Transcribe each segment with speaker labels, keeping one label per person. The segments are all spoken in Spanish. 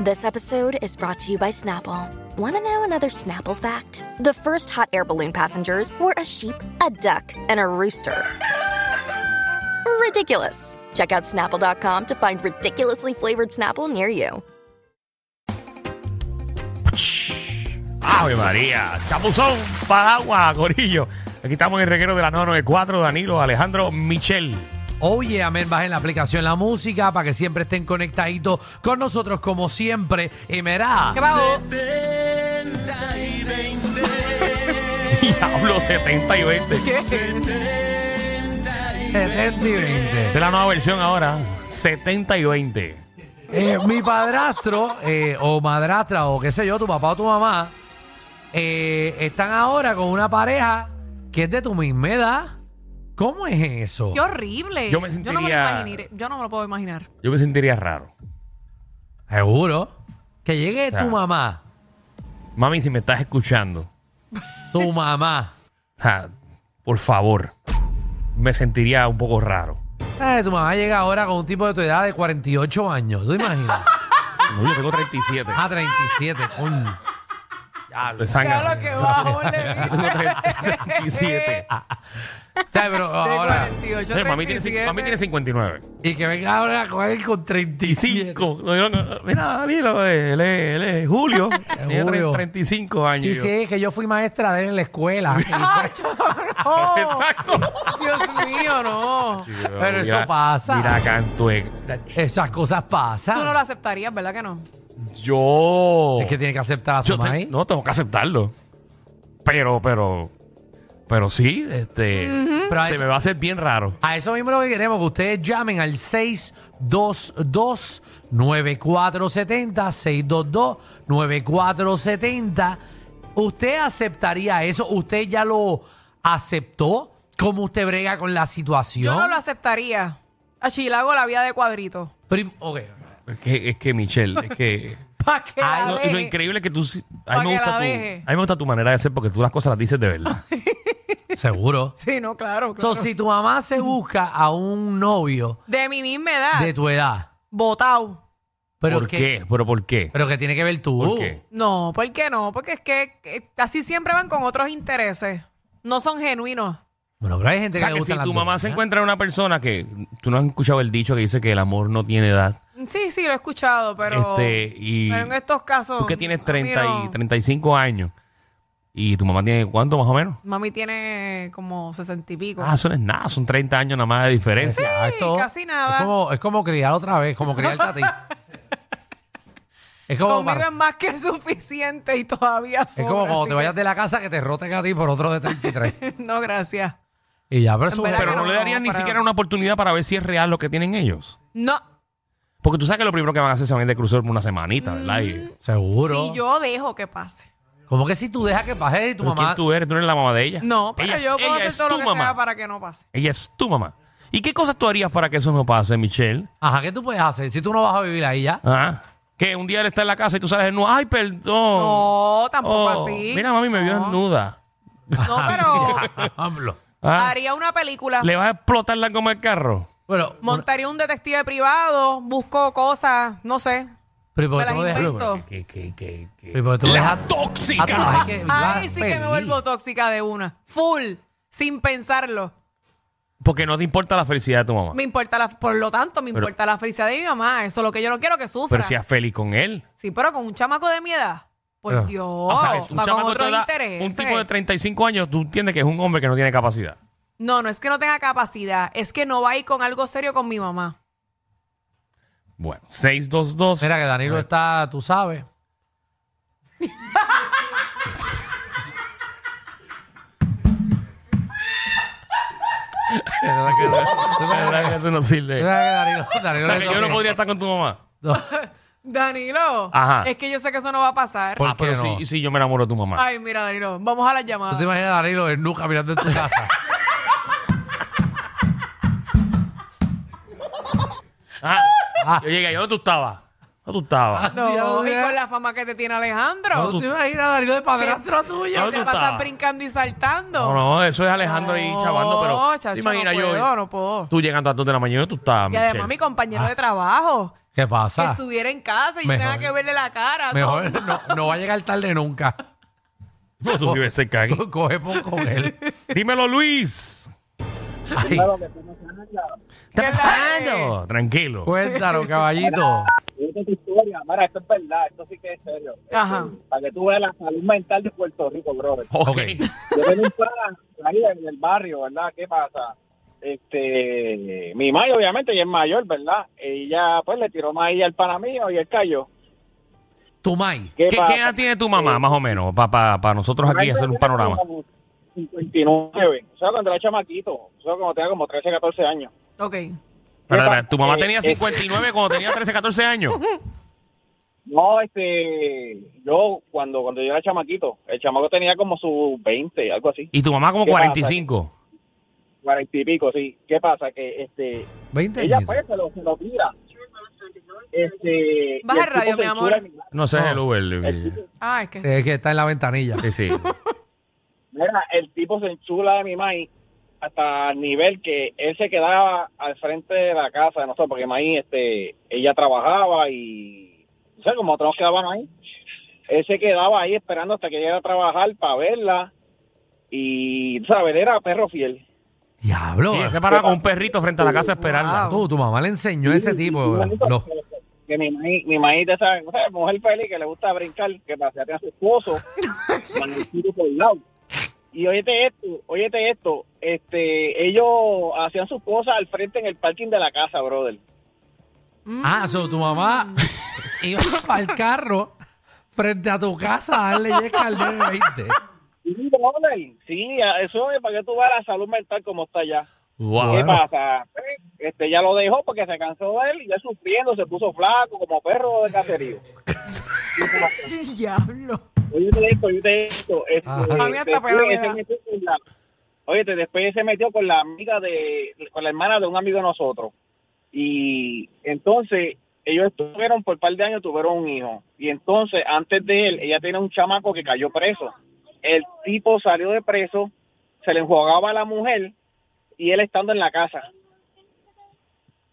Speaker 1: This episode is brought to you by Snapple. Want to know another Snapple fact? The first hot air balloon passengers were a sheep, a duck, and a rooster. Ridiculous. Check out snapple.com to find ridiculously flavored Snapple near you.
Speaker 2: ¡Ave María! ¡Chapuzón! ¡Paraguas, gorillo! Aquí estamos en el reguero de la 994, Danilo, Alejandro, Michel.
Speaker 3: Oye, amén, bajen la aplicación La Música para que siempre estén conectaditos con nosotros como siempre. Y mirá,
Speaker 2: Diablo 70 y 20.
Speaker 3: 70 y 20.
Speaker 2: Esa es la nueva versión ahora. 70 y 20.
Speaker 3: Eh, mi padrastro eh, o madrastra o qué sé yo, tu papá o tu mamá, eh, están ahora con una pareja que es de tu misma edad. ¿Cómo es eso?
Speaker 4: Qué horrible.
Speaker 2: Yo me
Speaker 4: no me lo
Speaker 2: sentiría-
Speaker 4: imaginé- yo no me lo puedo imaginar.
Speaker 2: Yo me sentiría raro.
Speaker 3: Seguro. Que llegue
Speaker 2: sea,
Speaker 3: tu mamá,
Speaker 2: Mami, si me estás escuchando,
Speaker 3: tu mamá.
Speaker 2: o sea, por favor, me sentiría un poco raro.
Speaker 3: Ay, tu mamá llega ahora con un tipo de tu edad de 48 años. ¿Tú imaginas?
Speaker 2: No, yo tengo 37.
Speaker 3: Ah, 37, coño.
Speaker 2: De sangre.
Speaker 4: Claro que bajo,
Speaker 2: Yo tengo 37.
Speaker 3: Ay, pero ahora.
Speaker 2: Eh, Ah, mami, tiene, cin- mami tiene 59.
Speaker 3: Y que venga ahora con él con 35.
Speaker 2: Cinco. No, yo no- Mira, Danilo, eh, él es, él es Julio. Tiene
Speaker 3: Julio.
Speaker 2: 35 años.
Speaker 3: Sí,
Speaker 2: Yo,
Speaker 3: sí, es que yo fui maestra de él en la escuela.
Speaker 2: Exacto.
Speaker 4: Dios mío, no.
Speaker 3: Pero eso pasa.
Speaker 2: Mira, canto. eh.
Speaker 3: Esas cosas pasan.
Speaker 4: Tú no lo aceptarías, ¿verdad que no?
Speaker 2: Yo.
Speaker 3: Es que tiene que aceptar a su
Speaker 2: yo te-
Speaker 3: maíz.
Speaker 2: no, tengo que aceptarlo. Pero, pero. Pero sí, este.
Speaker 3: Pero a
Speaker 2: Se
Speaker 3: eso-
Speaker 2: me va a hacer bien raro.
Speaker 3: A eso mismo es lo que queremos, que ustedes llamen al 622-9470, 622-9470. ¿Usted aceptaría eso? ¿Usted ya lo aceptó? ¿Cómo usted brega con la situación?
Speaker 4: Yo no lo aceptaría. A Chilago la vida de cuadrito.
Speaker 3: Pero y- ok.
Speaker 2: Es que, es que Michelle, es que.
Speaker 4: ¿Para qué?
Speaker 3: Ay,
Speaker 4: la
Speaker 2: No, y
Speaker 4: deje?
Speaker 2: lo increíble es que tú. sí- A
Speaker 4: Pa'
Speaker 2: mí, me
Speaker 4: que
Speaker 2: gusta
Speaker 4: la
Speaker 2: tu,
Speaker 4: deje.
Speaker 2: a mí me gusta tu manera de hacer porque tú las cosas las dices de verdad.
Speaker 3: Seguro.
Speaker 4: Sí, no, claro.
Speaker 3: So,
Speaker 4: claro.
Speaker 3: si tu mamá se busca a un novio
Speaker 4: De mi misma edad.
Speaker 3: de tu edad,
Speaker 4: Botado.
Speaker 3: pero
Speaker 2: ¿Por
Speaker 3: que,
Speaker 2: qué? ¿Pero por qué?
Speaker 3: Pero que tiene que ver tú.
Speaker 2: ¿Por qué?
Speaker 4: No, ¿por qué no? Porque es que eh, así siempre van con otros intereses. No son genuinos.
Speaker 3: Bueno, pero hay
Speaker 2: O
Speaker 3: gente
Speaker 2: sea,
Speaker 3: que le
Speaker 2: que
Speaker 3: gusta
Speaker 2: si tu mamá
Speaker 3: ¿eh?
Speaker 2: se encuentra una persona que tú no has escuchado el dicho que dice que el amor no tiene edad.
Speaker 4: Sí, sí, lo he escuchado, pero.
Speaker 2: este, y
Speaker 4: pero en estos casos.
Speaker 2: tú que tienes
Speaker 4: a mí
Speaker 2: 30 y
Speaker 4: no.
Speaker 2: 35 años y tu mamá tiene cuánto más o menos?
Speaker 4: Mami tiene como sesenta y pico.
Speaker 2: Ah, eso no es nada, son 30 años nada más de diferencia.
Speaker 3: Exacto.
Speaker 4: casi nada.
Speaker 3: Es como, es como criar otra vez, como criarte a ti. es como,
Speaker 4: Conmigo
Speaker 3: para-
Speaker 4: es más que suficiente y todavía
Speaker 3: es
Speaker 4: sobra,
Speaker 3: como cuando
Speaker 4: así
Speaker 3: te
Speaker 4: que-
Speaker 3: vayas de la casa que te roten a ti por otro de 33.
Speaker 4: No, gracias.
Speaker 3: y ya, pero eso
Speaker 4: verdad
Speaker 2: Pero
Speaker 4: que
Speaker 2: no,
Speaker 4: no,
Speaker 2: le darían
Speaker 4: no,
Speaker 2: ni
Speaker 4: para-
Speaker 2: siquiera una oportunidad para ver si es real lo que tienen ellos.
Speaker 4: No.
Speaker 2: Porque tú sabes que lo primero que van a hacer se van a ir de crucero por una
Speaker 4: Mm,
Speaker 2: semanita, ¿verdad? Y-
Speaker 3: Seguro.
Speaker 4: Si yo dejo que pase.
Speaker 3: Como que si tú dejas que pase y tu
Speaker 2: ¿Pero
Speaker 3: mamá.
Speaker 2: ¿Quién tú eres? ¿Tú eres la mamá de ella?
Speaker 4: No, pero
Speaker 2: Ella es-
Speaker 4: yo puedo
Speaker 2: ella
Speaker 4: hacer
Speaker 2: es
Speaker 4: todo lo
Speaker 2: tu
Speaker 4: que
Speaker 2: mamá.
Speaker 4: sea para que no pase.
Speaker 2: Ella es tu mamá. ¿Y qué cosas tú harías para que eso no pase, Michelle?
Speaker 3: Ajá, ¿qué tú puedes hacer? Si tú no vas a vivir ahí ya.
Speaker 2: Ah, que un día él está en la casa y tú sales desnuda. ¡Ay, perdón!
Speaker 4: No, tampoco
Speaker 2: Oh,
Speaker 4: así.
Speaker 2: Mira, mami, me vio
Speaker 4: No.
Speaker 2: desnuda.
Speaker 4: No, pero
Speaker 3: Hablo.
Speaker 2: Ah,
Speaker 4: haría una película.
Speaker 2: ¿Le vas a explotar la goma del carro?
Speaker 3: Bueno, una-
Speaker 4: Montaría un detective privado, busco cosas, no sé.
Speaker 3: pero ¿y por
Speaker 4: Me
Speaker 3: qué tú
Speaker 4: las
Speaker 3: no dejas-
Speaker 4: invento. Perfecto.
Speaker 2: ¿Qué, qué, qué, qué?
Speaker 3: Pero tú dejas a tu
Speaker 2: tóxica!
Speaker 3: mamá Ah, que viva
Speaker 4: Ay, sí que me
Speaker 3: feliz.
Speaker 4: vuelvo tóxica de una. Full, sin pensarlo.
Speaker 2: Porque no te importa la felicidad de tu mamá.
Speaker 4: Me importa la, por lo tanto, me
Speaker 2: Pero-
Speaker 4: importa la felicidad de mi mamá. Eso es lo que yo no quiero que sufra.
Speaker 2: Pero seas feliz con él.
Speaker 4: Sí, pero con un chamaco de mi edad. Por
Speaker 3: Pero-
Speaker 4: Dios.
Speaker 2: Ah. O sea, que un
Speaker 4: Oh, va con ¿eh?
Speaker 2: chamaco de tu
Speaker 4: otros
Speaker 2: edad,
Speaker 4: intereses.
Speaker 2: un tipo de 35 años, tú entiendes que es un hombre que no tiene capacidad.
Speaker 4: No, no es que no tenga capacidad. Es que no va a ir con algo serio con mi mamá.
Speaker 2: Bueno, 622.
Speaker 3: Mira que Danilo está, tú sabes.
Speaker 2: De verdad que- de verdad que tú no sirves.
Speaker 3: Mira que Danilo, Danilo
Speaker 2: O sea,
Speaker 3: le
Speaker 2: que yo no
Speaker 3: toque.
Speaker 2: podría estar con tu mamá.
Speaker 3: No.
Speaker 4: Danilo,
Speaker 2: Ajá.
Speaker 4: es que yo sé que eso no va a pasar.
Speaker 2: ¿Por
Speaker 3: Ah,
Speaker 2: qué
Speaker 3: pero
Speaker 2: no?
Speaker 3: si-
Speaker 2: si, yo me enamoro de tu mamá.
Speaker 4: Ay, mira, Danilo, vamos a las
Speaker 3: ¿Tú te
Speaker 4: llamadas.
Speaker 3: imaginas a Danilo en nuca mirando en tu casa?
Speaker 2: Ah, Yo llegué, ¿dónde tú estabas? ¿Dónde tú estabas?
Speaker 4: No, y
Speaker 3: Dios,
Speaker 4: con la fama que te tiene Alejandro.
Speaker 3: ¿No te imaginas a Danilo de padrastro tuyo?
Speaker 2: No,
Speaker 4: te
Speaker 2: tú
Speaker 4: pasas
Speaker 2: estabas.
Speaker 4: brincando y saltando.
Speaker 2: No, no, eso es Alejandro ahí
Speaker 4: No,
Speaker 2: chavando, pero
Speaker 4: chacho,
Speaker 2: te imaginas
Speaker 4: no
Speaker 2: yo
Speaker 4: puedo, no puedo.
Speaker 2: tú llegando a las 2 de la mañana, tú estabas,
Speaker 4: Y además mi
Speaker 2: Michelle?
Speaker 4: compañero de trabajo,
Speaker 3: ¿Qué
Speaker 4: que
Speaker 3: pasa?
Speaker 4: estuviera en casa y yo
Speaker 3: Mejor.
Speaker 4: tenga que verle la cara.
Speaker 3: Mejor
Speaker 4: no.
Speaker 3: no, no va a llegar tarde nunca.
Speaker 2: No, tú vives cerca aquí.
Speaker 3: Tú coge por con él.
Speaker 2: Dímelo, Luis.
Speaker 3: Ay,
Speaker 2: ¿Qué
Speaker 4: ¿Qué
Speaker 2: está pasando? Tranquilo.
Speaker 3: Pues, cuéntalo, caballito.
Speaker 5: Esta es tu historia, mira, esto es verdad, esto sí que es serio.
Speaker 4: Ajá.
Speaker 5: Para que tú veas la salud mental de Puerto Rico, brother.
Speaker 2: Ok.
Speaker 5: Yo tengo un pana ahí en el barrio, ¿verdad? ¿Qué pasa? Este, mi mayo, obviamente, ella es mayor, ¿verdad? Ella, pues, le tiró maíz al pana mío y él cayó.
Speaker 3: Tumay.
Speaker 2: ¿Qué,
Speaker 5: ¿Qué
Speaker 2: qué
Speaker 5: pasa?
Speaker 2: edad tiene tu mamá, más o menos, para nosotros aquí
Speaker 5: Mayo
Speaker 2: hacer un
Speaker 5: tiene
Speaker 2: panorama?
Speaker 5: como 59, o sea, cuando era chamaquito, o sea, cuando tenía como 13, 14 años.
Speaker 4: Ok.
Speaker 2: Espera, espera,
Speaker 5: pasa?
Speaker 2: tu mamá
Speaker 5: Eh,
Speaker 2: tenía
Speaker 5: eh.
Speaker 2: 59 cuando tenía 13, 14 años.
Speaker 5: No, este, yo, cuando, cuando yo era chamaquito, el chamaco tenía como sus 20, algo así,
Speaker 2: Y tu mamá como
Speaker 5: ¿Qué pasa?
Speaker 2: 45.
Speaker 5: 40 y pico, sí. ¿Qué pasa? Que, este,
Speaker 3: 20
Speaker 5: Ella
Speaker 3: añitos.
Speaker 5: pues se lo, se lo tira. Este,
Speaker 4: Baja
Speaker 5: y
Speaker 4: el radio,
Speaker 5: tipo
Speaker 4: mi amor.
Speaker 5: censura mi-
Speaker 2: No sé,
Speaker 3: No.
Speaker 2: el Uber. de-
Speaker 4: Ah, es que...
Speaker 3: Es que está en la ventanilla.
Speaker 2: Sí, sí.
Speaker 5: Mira, el tipo se enchula de mi maíz hasta el nivel que él se quedaba al frente de la casa de nosotros, porque maíz, este, ella trabajaba y, no sé, como otros quedaban ahí. Él se quedaba ahí esperando hasta que llegara a trabajar para verla y, ¿sabes? Él era perro fiel.
Speaker 3: Diablo.
Speaker 2: Y él se paraba con un perrito frente a la casa a esperarla.
Speaker 3: Tú, tu mamá le enseñó a ese tipo. los-
Speaker 5: Que mi maíz, mi maíz, ya saben, o sea, mujer feliz que le gusta brincar, que pasea a su esposo, con el tiro por el lado. Y óyete esto, óyete esto, este, ellos hacían sus cosas al frente en el parking de la casa, brother.
Speaker 4: mm.
Speaker 3: Ah, so, tu mamá iba para el carro frente a tu casa a darle yesca al nene 20.
Speaker 5: Sí, brother, sí, eso es para que tú veas la salud mental como está ya. ¿Qué
Speaker 2: Wow.
Speaker 5: pasa? Este, ya lo dejó porque se cansó de él y ya sufriendo, se puso flaco como perro de cacerío.
Speaker 4: Diablo.
Speaker 5: Oye, te esto, oye, te esto. Este,
Speaker 3: Ajá.
Speaker 4: A mí hasta
Speaker 5: después
Speaker 4: pena me
Speaker 5: se
Speaker 4: da.
Speaker 5: metió con la- oye, te- después se metió con la amiga de, con la hermana de un amigo de nosotros. Y entonces ellos estuvieron por un par de años, tuvieron un hijo. Y entonces antes de él, ella tenía un chamaco que cayó preso. El tipo salió de preso, se le enjuagaba a la mujer y él estando en la casa.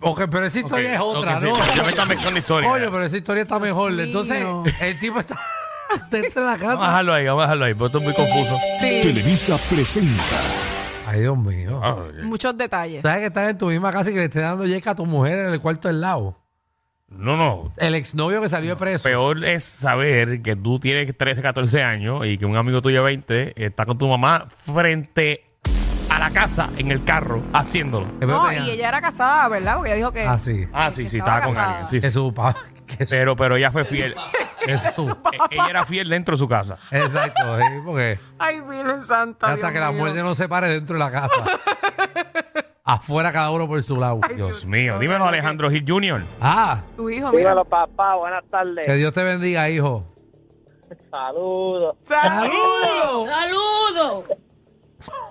Speaker 3: Ok, pero esa historia es otra,
Speaker 2: Ok,
Speaker 3: ¿no?
Speaker 2: sí, Ya me están mezclando historias.
Speaker 3: Oye, pero esa historia está mejor.
Speaker 4: mío.
Speaker 3: Entonces, el tipo está dentro de la
Speaker 2: Vamos a
Speaker 3: casa.
Speaker 2: dejarlo ahí, vamos a dejarlo ahí, porque esto es muy confuso.
Speaker 4: Sí,
Speaker 6: Televisa presenta.
Speaker 3: Ay, Dios mío.
Speaker 2: Ah.
Speaker 4: muchos detalles.
Speaker 3: ¿Sabes que estás en tu misma casa y que le esté dando yesca a tu mujer en el cuarto del lado?
Speaker 2: No, no.
Speaker 3: El exnovio que salió de preso.
Speaker 2: Peor es saber que tú tienes 13, 14 años y que un amigo tuyo de 20 está con tu mamá frente a la casa en el carro haciéndolo.
Speaker 3: Espero
Speaker 4: No,
Speaker 3: que tenga-
Speaker 4: y ella era casada, ¿verdad? Porque ella dijo que...
Speaker 3: Ah, sí.
Speaker 2: Ah, sí,
Speaker 4: que
Speaker 2: sí,
Speaker 4: estaba
Speaker 2: estaba con
Speaker 4: casada.
Speaker 2: alguien. Sí, sí.
Speaker 3: Que su papá. que su-
Speaker 2: Pero, pero ella fue fiel.
Speaker 3: Eso.
Speaker 2: E- ella era fiel dentro de su casa.
Speaker 3: Exacto, sí, porque
Speaker 4: Ay, Virgen Santa.
Speaker 3: hasta
Speaker 4: Dios
Speaker 3: que la
Speaker 4: mío.
Speaker 3: muerte no se pare dentro de la casa. Afuera cada uno por su lado.
Speaker 2: Dios mío. Dímelo, Alejandro Gil Jr.
Speaker 3: Ah,
Speaker 4: Tu hijo, mira.
Speaker 5: papá, buenas
Speaker 3: que
Speaker 5: tardes.
Speaker 3: Dios te bendiga, hijo.
Speaker 5: Saludos.
Speaker 3: ¡Saludos!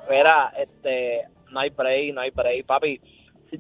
Speaker 5: Mira, este, no hay break, no hay break, papi.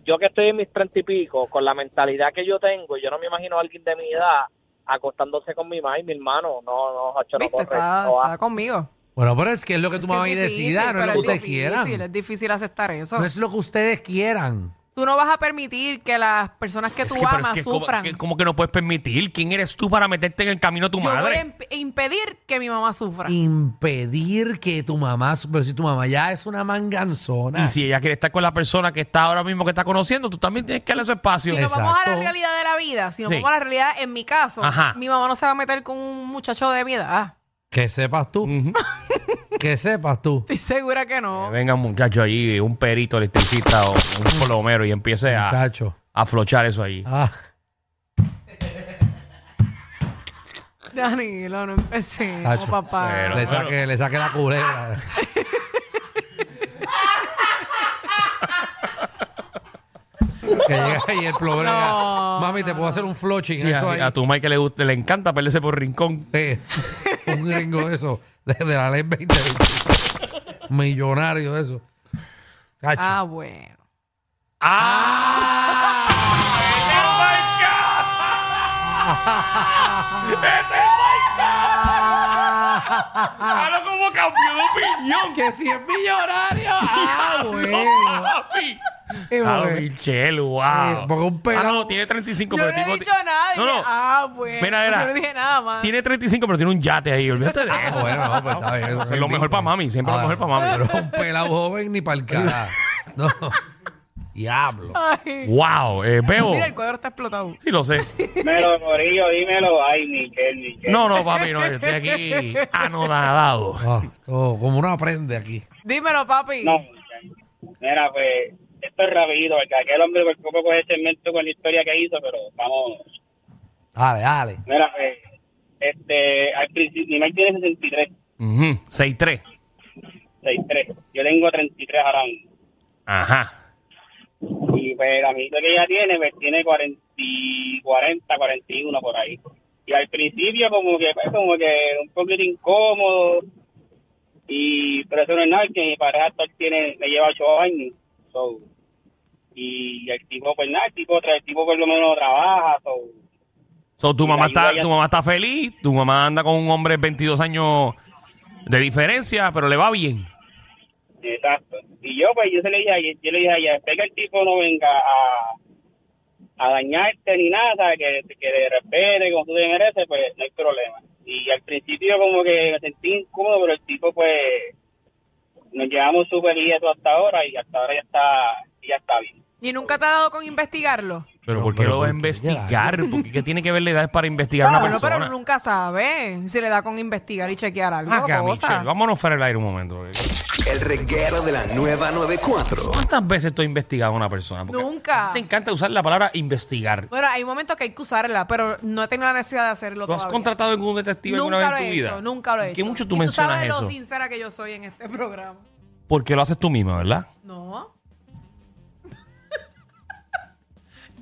Speaker 5: Yo que estoy en mis treinta y pico, con la mentalidad que yo tengo, yo no me imagino a alguien de mi edad acostándose con mi mamá y mi hermano. No, no, Hacho, no
Speaker 4: Viste,
Speaker 5: corre.
Speaker 4: está,
Speaker 5: No va.
Speaker 4: está conmigo.
Speaker 3: Bueno, pero es que es lo que
Speaker 4: Es
Speaker 3: tu
Speaker 4: que
Speaker 3: mamá
Speaker 4: es
Speaker 3: y
Speaker 4: difícil,
Speaker 3: decida, ah, no es
Speaker 4: pero
Speaker 3: lo que ustedes
Speaker 4: difícil,
Speaker 3: quieran.
Speaker 4: Es difícil aceptar eso.
Speaker 3: No es lo que ustedes quieran.
Speaker 4: Tú no vas a permitir que las personas que tú
Speaker 2: pero
Speaker 4: amas
Speaker 2: como,
Speaker 4: sufran.
Speaker 2: que, como que no puedes permitir. ¿Quién eres tú para meterte en el camino de tu
Speaker 4: Yo voy
Speaker 2: madre?
Speaker 4: a imp- impedir que mi mamá sufra.
Speaker 3: Impedir que tu mamá, pero si tu mamá ya es una manganzona.
Speaker 2: Y si ella quiere estar con la persona que está ahora mismo que está conociendo, tú también tienes que darle su espacio.
Speaker 4: Si nos vamos a la
Speaker 3: Exacto.
Speaker 4: realidad de la vida, si nos
Speaker 2: Sí.
Speaker 4: vamos a la realidad, en mi caso,
Speaker 2: Ajá.
Speaker 4: mi mamá no se va a meter con un muchacho de mi edad. Ah,
Speaker 3: Que sepas tú. que sepas tú.
Speaker 4: Estoy segura que
Speaker 2: Que
Speaker 4: no.
Speaker 2: venga un muchacho allí, un perito electricista o un plomero y empiece a,
Speaker 3: Muchacho.
Speaker 2: a flochar eso allí.
Speaker 3: Ah,
Speaker 4: Danilo, no empecé.
Speaker 3: Tacho.
Speaker 4: papá.
Speaker 2: Pero-
Speaker 3: le, saque, le saque la culera. Que llega ahí el plomero. y diga,
Speaker 4: No,
Speaker 3: Mami, te puedo hacer un floching.
Speaker 2: Y
Speaker 3: eso ahí.
Speaker 2: a, a tu Mike le, gusta- le encanta perderse por rincón.
Speaker 3: Eh, un gringo de eso, de, de la ley 2020. Millonario de eso. Cacho.
Speaker 4: Ah, bueno.
Speaker 3: ¡Ah!
Speaker 2: ¡Este ¡Claro, como cambió de opinión!
Speaker 3: ¡Que si es millonario! ¡Ah, bueno!
Speaker 2: papi!
Speaker 3: Eh,
Speaker 2: ¡Claro,
Speaker 3: bueno.
Speaker 2: Michelle,
Speaker 3: Eh,
Speaker 2: wow!
Speaker 3: porque un pelado-
Speaker 2: Ah, no, tiene 35,
Speaker 4: Yo
Speaker 2: pero
Speaker 4: no he
Speaker 2: tipo-
Speaker 4: dicho nada.
Speaker 2: No,
Speaker 4: dije,
Speaker 2: no.
Speaker 4: Ah, bueno.
Speaker 2: Mira, era.
Speaker 4: Yo no dije nada más.
Speaker 2: Tiene 35, pero tiene un yate ahí. Olvídate de eso.
Speaker 3: Bueno, no, pues está bien. eso
Speaker 2: Es lo mejor
Speaker 3: invicto.
Speaker 2: pa' mami, siempre lo
Speaker 3: Ah,
Speaker 2: mejor pa' mami.
Speaker 3: Pero un pelado joven ni para el carajo. No. Diablo.
Speaker 4: Ay.
Speaker 2: ¡Wow! Eh, Bebo.
Speaker 4: Mira, el cuadro está explotado.
Speaker 2: Sí, lo sé.
Speaker 5: Dímelo, Corillo, dímelo. Ay, Michelle, Michelle.
Speaker 2: No, no, papi, no. Yo estoy aquí anonadado.
Speaker 3: Ah, todo como uno aprende aquí.
Speaker 4: Dímelo, papi.
Speaker 5: No, mira, pues esto es rápido, porque aquel hombre por poco coge cemento con la historia que hizo, pero vamos.
Speaker 3: Dale, dale.
Speaker 5: Mira, pues, este, al principio, mi Mike tiene 63,
Speaker 2: Ujú, 6-3.
Speaker 5: 63. Yo tengo 33 ahora mismo.
Speaker 2: Ajá.
Speaker 5: Y pues el amiguito que ella tiene, pues tiene 40, y 40, 41 por ahí. Y al principio como que pues, como que un poquito incómodo. Y pero eso no es nada, que mi pareja actual tiene, me lleva 8 años. So, y el tipo, pues nada, el tipo, tra- el tipo por lo menos trabaja. So,
Speaker 2: So, tu,
Speaker 5: Mira,
Speaker 2: mamá está,
Speaker 5: ayuda ya.
Speaker 2: tu mamá está feliz. Tu mamá anda con un hombre de 22 años de diferencia, pero le va bien.
Speaker 5: exacto. Y yo pues yo se le dije a ella, yo le dije a ella, espera que el tipo no venga a a dañarte ni nada, ¿sabes? que, que te respete como tú te mereces, pues no hay problema. Y al principio como que me sentí incómodo, pero el tipo pues nos llevamos súper bien eso hasta ahora y hasta ahora ya está, ya está bien.
Speaker 4: ¿Y nunca te ha dado con investigarlo?
Speaker 2: Pero
Speaker 3: No,
Speaker 2: ¿por qué
Speaker 3: pero
Speaker 2: lo va a
Speaker 3: ¿por qué?
Speaker 2: investigar? ¿Por qué, ¿Qué tiene que ver la edad para investigar a una
Speaker 4: Bueno,
Speaker 2: persona?
Speaker 4: pero nunca sabe si le da con investigar y chequear algo.
Speaker 2: Acá,
Speaker 4: cosa.
Speaker 2: Michelle, vámonos fuera del aire un momento.
Speaker 6: El reguero de la nueva 94.
Speaker 2: ¿Cuántas veces tú has investigado a una persona? Porque
Speaker 4: Nunca.
Speaker 2: a ti Te encanta usar la palabra investigar.
Speaker 4: Bueno, hay momentos que hay que usarla, pero no he tenido la necesidad de hacerlo
Speaker 2: ¿Tú has
Speaker 4: todavía.
Speaker 2: contratado a algún detective
Speaker 4: nunca
Speaker 2: alguna
Speaker 4: lo
Speaker 2: vez en
Speaker 4: he
Speaker 2: tu
Speaker 4: hecho,
Speaker 2: vida?
Speaker 4: nunca lo he hecho.
Speaker 2: Que mucho tú
Speaker 4: Y
Speaker 2: mencionas
Speaker 4: sabes
Speaker 2: eso.
Speaker 4: lo sincera que yo soy en este programa.
Speaker 2: Porque lo haces tú misma, ¿verdad?
Speaker 4: No.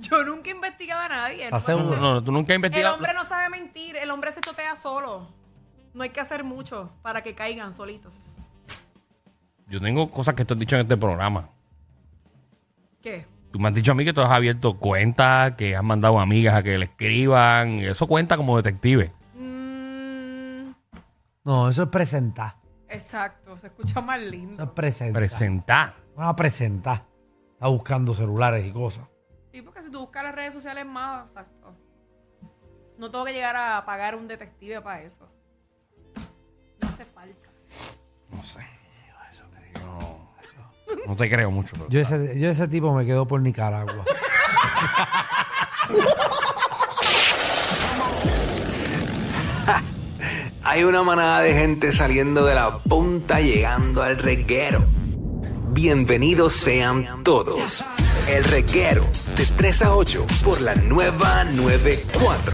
Speaker 4: yo nunca he investigado a nadie. no me
Speaker 3: Hace
Speaker 4: gusta.
Speaker 3: un-
Speaker 2: No, no, tú nunca has
Speaker 4: El
Speaker 2: investigado.
Speaker 4: hombre no sabe mentir, el hombre se chotea solo. No hay que hacer mucho para que caigan solitos.
Speaker 2: Yo tengo cosas que te he dicho en este programa.
Speaker 4: ¿Qué?
Speaker 2: Tú me has dicho a mí que tú has abierto cuentas, que has mandado amigas a que le escriban. Eso cuenta como detective.
Speaker 4: Mm,
Speaker 3: No, eso es presentar.
Speaker 4: exacto, se escucha más
Speaker 3: Eso
Speaker 4: lindo.
Speaker 3: es presentar.
Speaker 2: Presentar.
Speaker 3: Vamos a presentar. Está buscando celulares y cosas.
Speaker 4: Sí, porque si tú buscas las redes sociales más, exacto. No tengo que llegar a pagar un detective para eso. No hace falta.
Speaker 2: No te creo mucho. pero-
Speaker 3: Yo ese, yo ese tipo me quedo por Nicaragua.
Speaker 6: Hay una manada de gente saliendo de la punta llegando al reguero. Bienvenidos sean todos. El reguero de 3 a 8 por la nueva 94.